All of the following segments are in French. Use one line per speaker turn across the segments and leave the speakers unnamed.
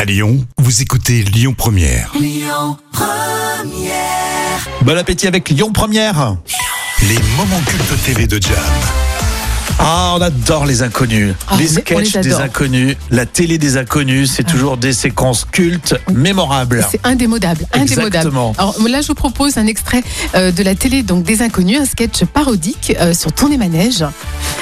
À Lyon, vous écoutez Lyon Première.
Bon appétit avec Lyon Première.
Les moments cultes TV de Jam.
Ah, on adore les inconnus.
Ah,
les
mais on les
sketchs des
adore.
inconnus, la télé des inconnus, c'est toujours des séquences cultes, mémorables.
C'est indémodable, indémodable.
Exactement.
Alors là, je vous propose un extrait euh, de la télé donc des inconnus, un sketch parodique euh, sur Tournée Manège.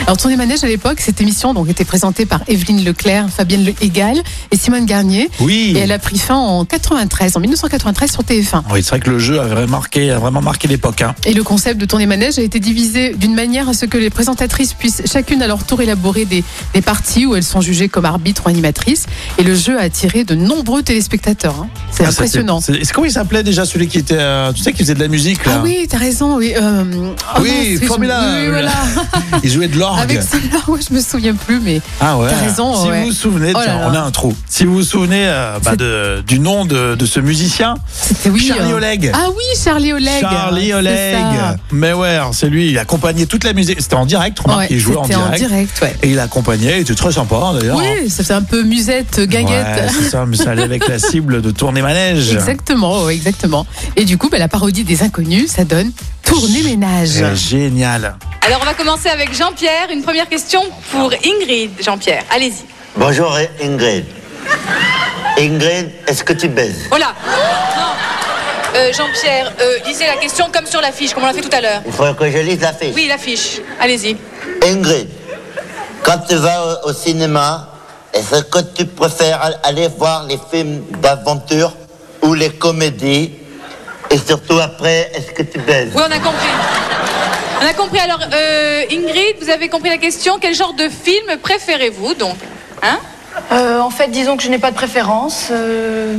Alors Tournée Manège à l'époque, cette émission donc était présentée par Evelyne Leclerc, Fabienne Le Hégal et Simone Garnier.
Oui.
Et elle a pris fin en 93, en 1993 sur TF1.
Oui, c'est vrai que le jeu a vraiment marqué, a vraiment marqué l'époque. hein.
Et le concept de tournée manège a été divisé d'une manière à ce que les présentatrices puissent chacune à leur tour élaborer des, des parties où elles sont jugées comme arbitres ou animatrices. Et le jeu a attiré de nombreux téléspectateurs. hein. C'est
Ah, ça,
impressionnant.
C'est c'est- c'est- comment il s'appelait déjà celui qui était, euh, tu sais, qui faisait de la musique là
Ah oui, t'as raison, oui. euh, oh
Oui,
mince, je-
formidable.
oui, voilà.
Il jouait de l'orgue.
Avec celle-là, ouais, je me souviens plus, mais
Ah ouais.
T'as raison,
Si
ouais.
vous vous souvenez,
Oh là
tiens,
là.
on a un trou. Si vous vous souvenez euh, bah,
C'est-
de- du nom de, de ce musicien,
c'était oui.
Charlie
euh,
Oleg.
Ah oui, Charlie Oleg.
Charlie
c'est
Oleg.
ça.
Mais ouais, alors, c'est lui, il accompagnait toute la musique. C'était en direct, remarque,
Ouais,
il jouait en
c'était
direct.
en direct, ouais.
Et il accompagnait, il était très sympa hein, d'ailleurs.
Oui, ça faisait un peu musette, euh,
Ouais,
guinguette.
c'est ça, mais ça allait avec la cible de tourner manège.
exactement, ouais, exactement. Et du coup, bah, la parodie des inconnus, ça donne tourner ménage.
C'est Génial.
Alors on va commencer avec Jean-Pierre. Une première question pour Ingrid. Jean-Pierre, allez-y.
Bonjour Ingrid. Ingrid, est-ce que tu baises
Oh là Non. Euh, Jean-Pierre, euh, lisez la question comme sur l'affiche, comme on l'a fait tout à l'heure.
Il faut que je lise la fiche.
Oui, l'affiche. Allez-y.
Ingrid, quand tu vas au, au cinéma, est-ce que tu préfères al- aller voir les films d'aventure ou les comédies Et surtout après, est-ce que tu baises
Oui, on a compris. On a compris. Alors, euh, Ingrid, vous avez compris la question. Quel genre de film préférez-vous donc Hein
Euh, en fait, disons que je n'ai pas de préférence. Euh,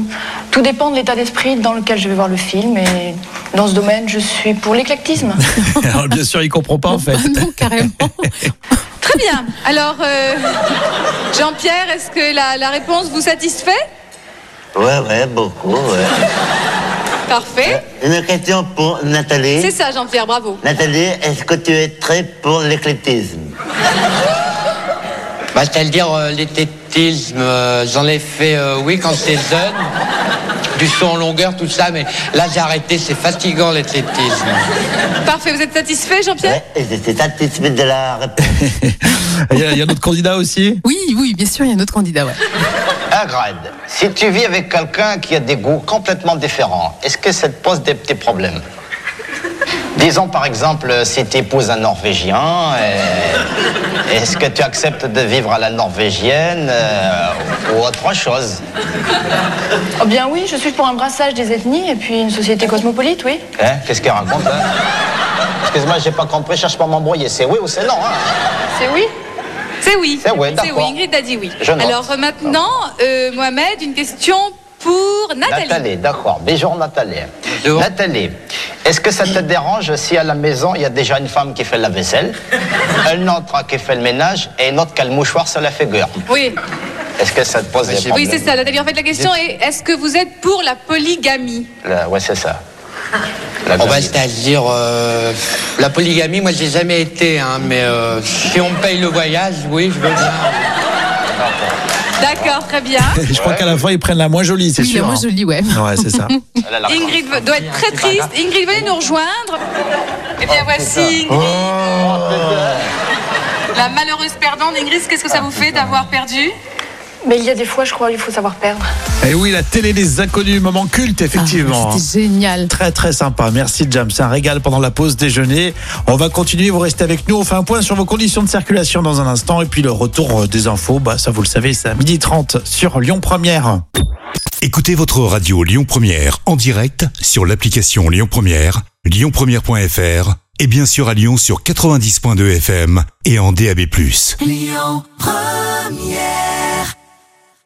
tout dépend de l'état d'esprit dans lequel je vais voir le film. Et dans ce domaine, je suis pour l'éclectisme.
Alors, bien sûr, il comprend pas en fait.
Ah non, carrément.
Très bien. Alors, euh, Jean-Pierre, est-ce que la, la réponse vous satisfait
Ouais, ouais, beaucoup. ouais.
Parfait.
Une question pour Nathalie.
C'est ça, Jean-Pierre. Bravo.
Nathalie, est-ce que tu es très pour l'éclectisme
Bah, c'est-à-dire euh, l'éclectisme, euh, j'en ai fait, euh, oui, quand j'étais jeune, du son en longueur, tout ça, mais là j'ai arrêté, c'est fatigant l'éclectisme.
Parfait. Vous êtes satisfait, Jean-Pierre
Ouais, et je suis satisfait de la réponse.
Il y a, il y a notre candidat aussi.
Oui, oui, bien sûr, il y a un autre candidat. Ouais.
Ingrid, si tu vis avec quelqu'un qui a des goûts complètement différents, est-ce que ça te pose des petits problèmes Disons par exemple, si tu épouses un Norvégien, euh, est-ce que tu acceptes de vivre à la norvégienne euh, ou autre chose
Oh bien oui, je suis pour un brassage des ethnies et puis une société cosmopolite, oui.
Hein Qu'est-ce qu'elle raconte hein Excuse-moi, j'ai pas compris, cherche pas à m'embrouiller, c'est oui ou c'est non hein
C'est oui
C'est oui.
C'est oui,
C'est oui.
d'accord.
Ingrid a dit oui.
Je note.
Alors euh, maintenant, euh, Mohamed, une question pour Nathalie.
Nathalie, d'accord. Bonjour Nathalie.
Bonjour.
Nathalie, est-ce que ça te dérange si à la maison il y a déjà une femme qui fait la vaisselle, un autre qui fait le ménage et une autre qui a le mouchoir sur la figure
Oui,
Est-ce que ça te pose des
oui
problèmes
c'est ça. Nathalie, en fait, la question est est-ce que vous êtes pour la polygamie
Le- ouais, c'est ça. La
On va
gamine.
c'est-à-dire euh, la polygamie, moi j'ai jamais été, hein, mais euh, si on me paye le voyage, oui, je veux bien.
D'accord, très bien.
Je crois qu'à la fin, ils prennent la moins jolie, c'est
Oui,
sûr.
moi,
hein.
je lis, ouais. Ah,
Ouais, c'est ça.
Elle a la-
Ingrid ve- doit être très triste. Ingrid, venez nous rejoindre. Eh
Ah,
bien, voici Ingrid.
Oh,
La malheureuse perdante. Ingrid, qu'est-ce que
Ah,
ça vous fait d'avoir perdu
Mais il y a des fois, je crois, il faut savoir perdre.
Et oui, la télé des inconnus, moment culte, effectivement. Hein.
Ah, C'était génial.
Très très sympa, merci Jam, c'est un régal pendant la pause déjeuner. On va continuer, vous restez avec nous, on fait un point sur vos conditions de circulation dans un instant et puis le retour euh, des infos, bah, ça vous le savez, c'est à 12h30 sur Lyon Première.
Écoutez votre radio Lyon Première en direct sur l'application Lyon Première, lyonpremière.fr et bien sûr à Lyon sur 90.2 FM et en DAB+.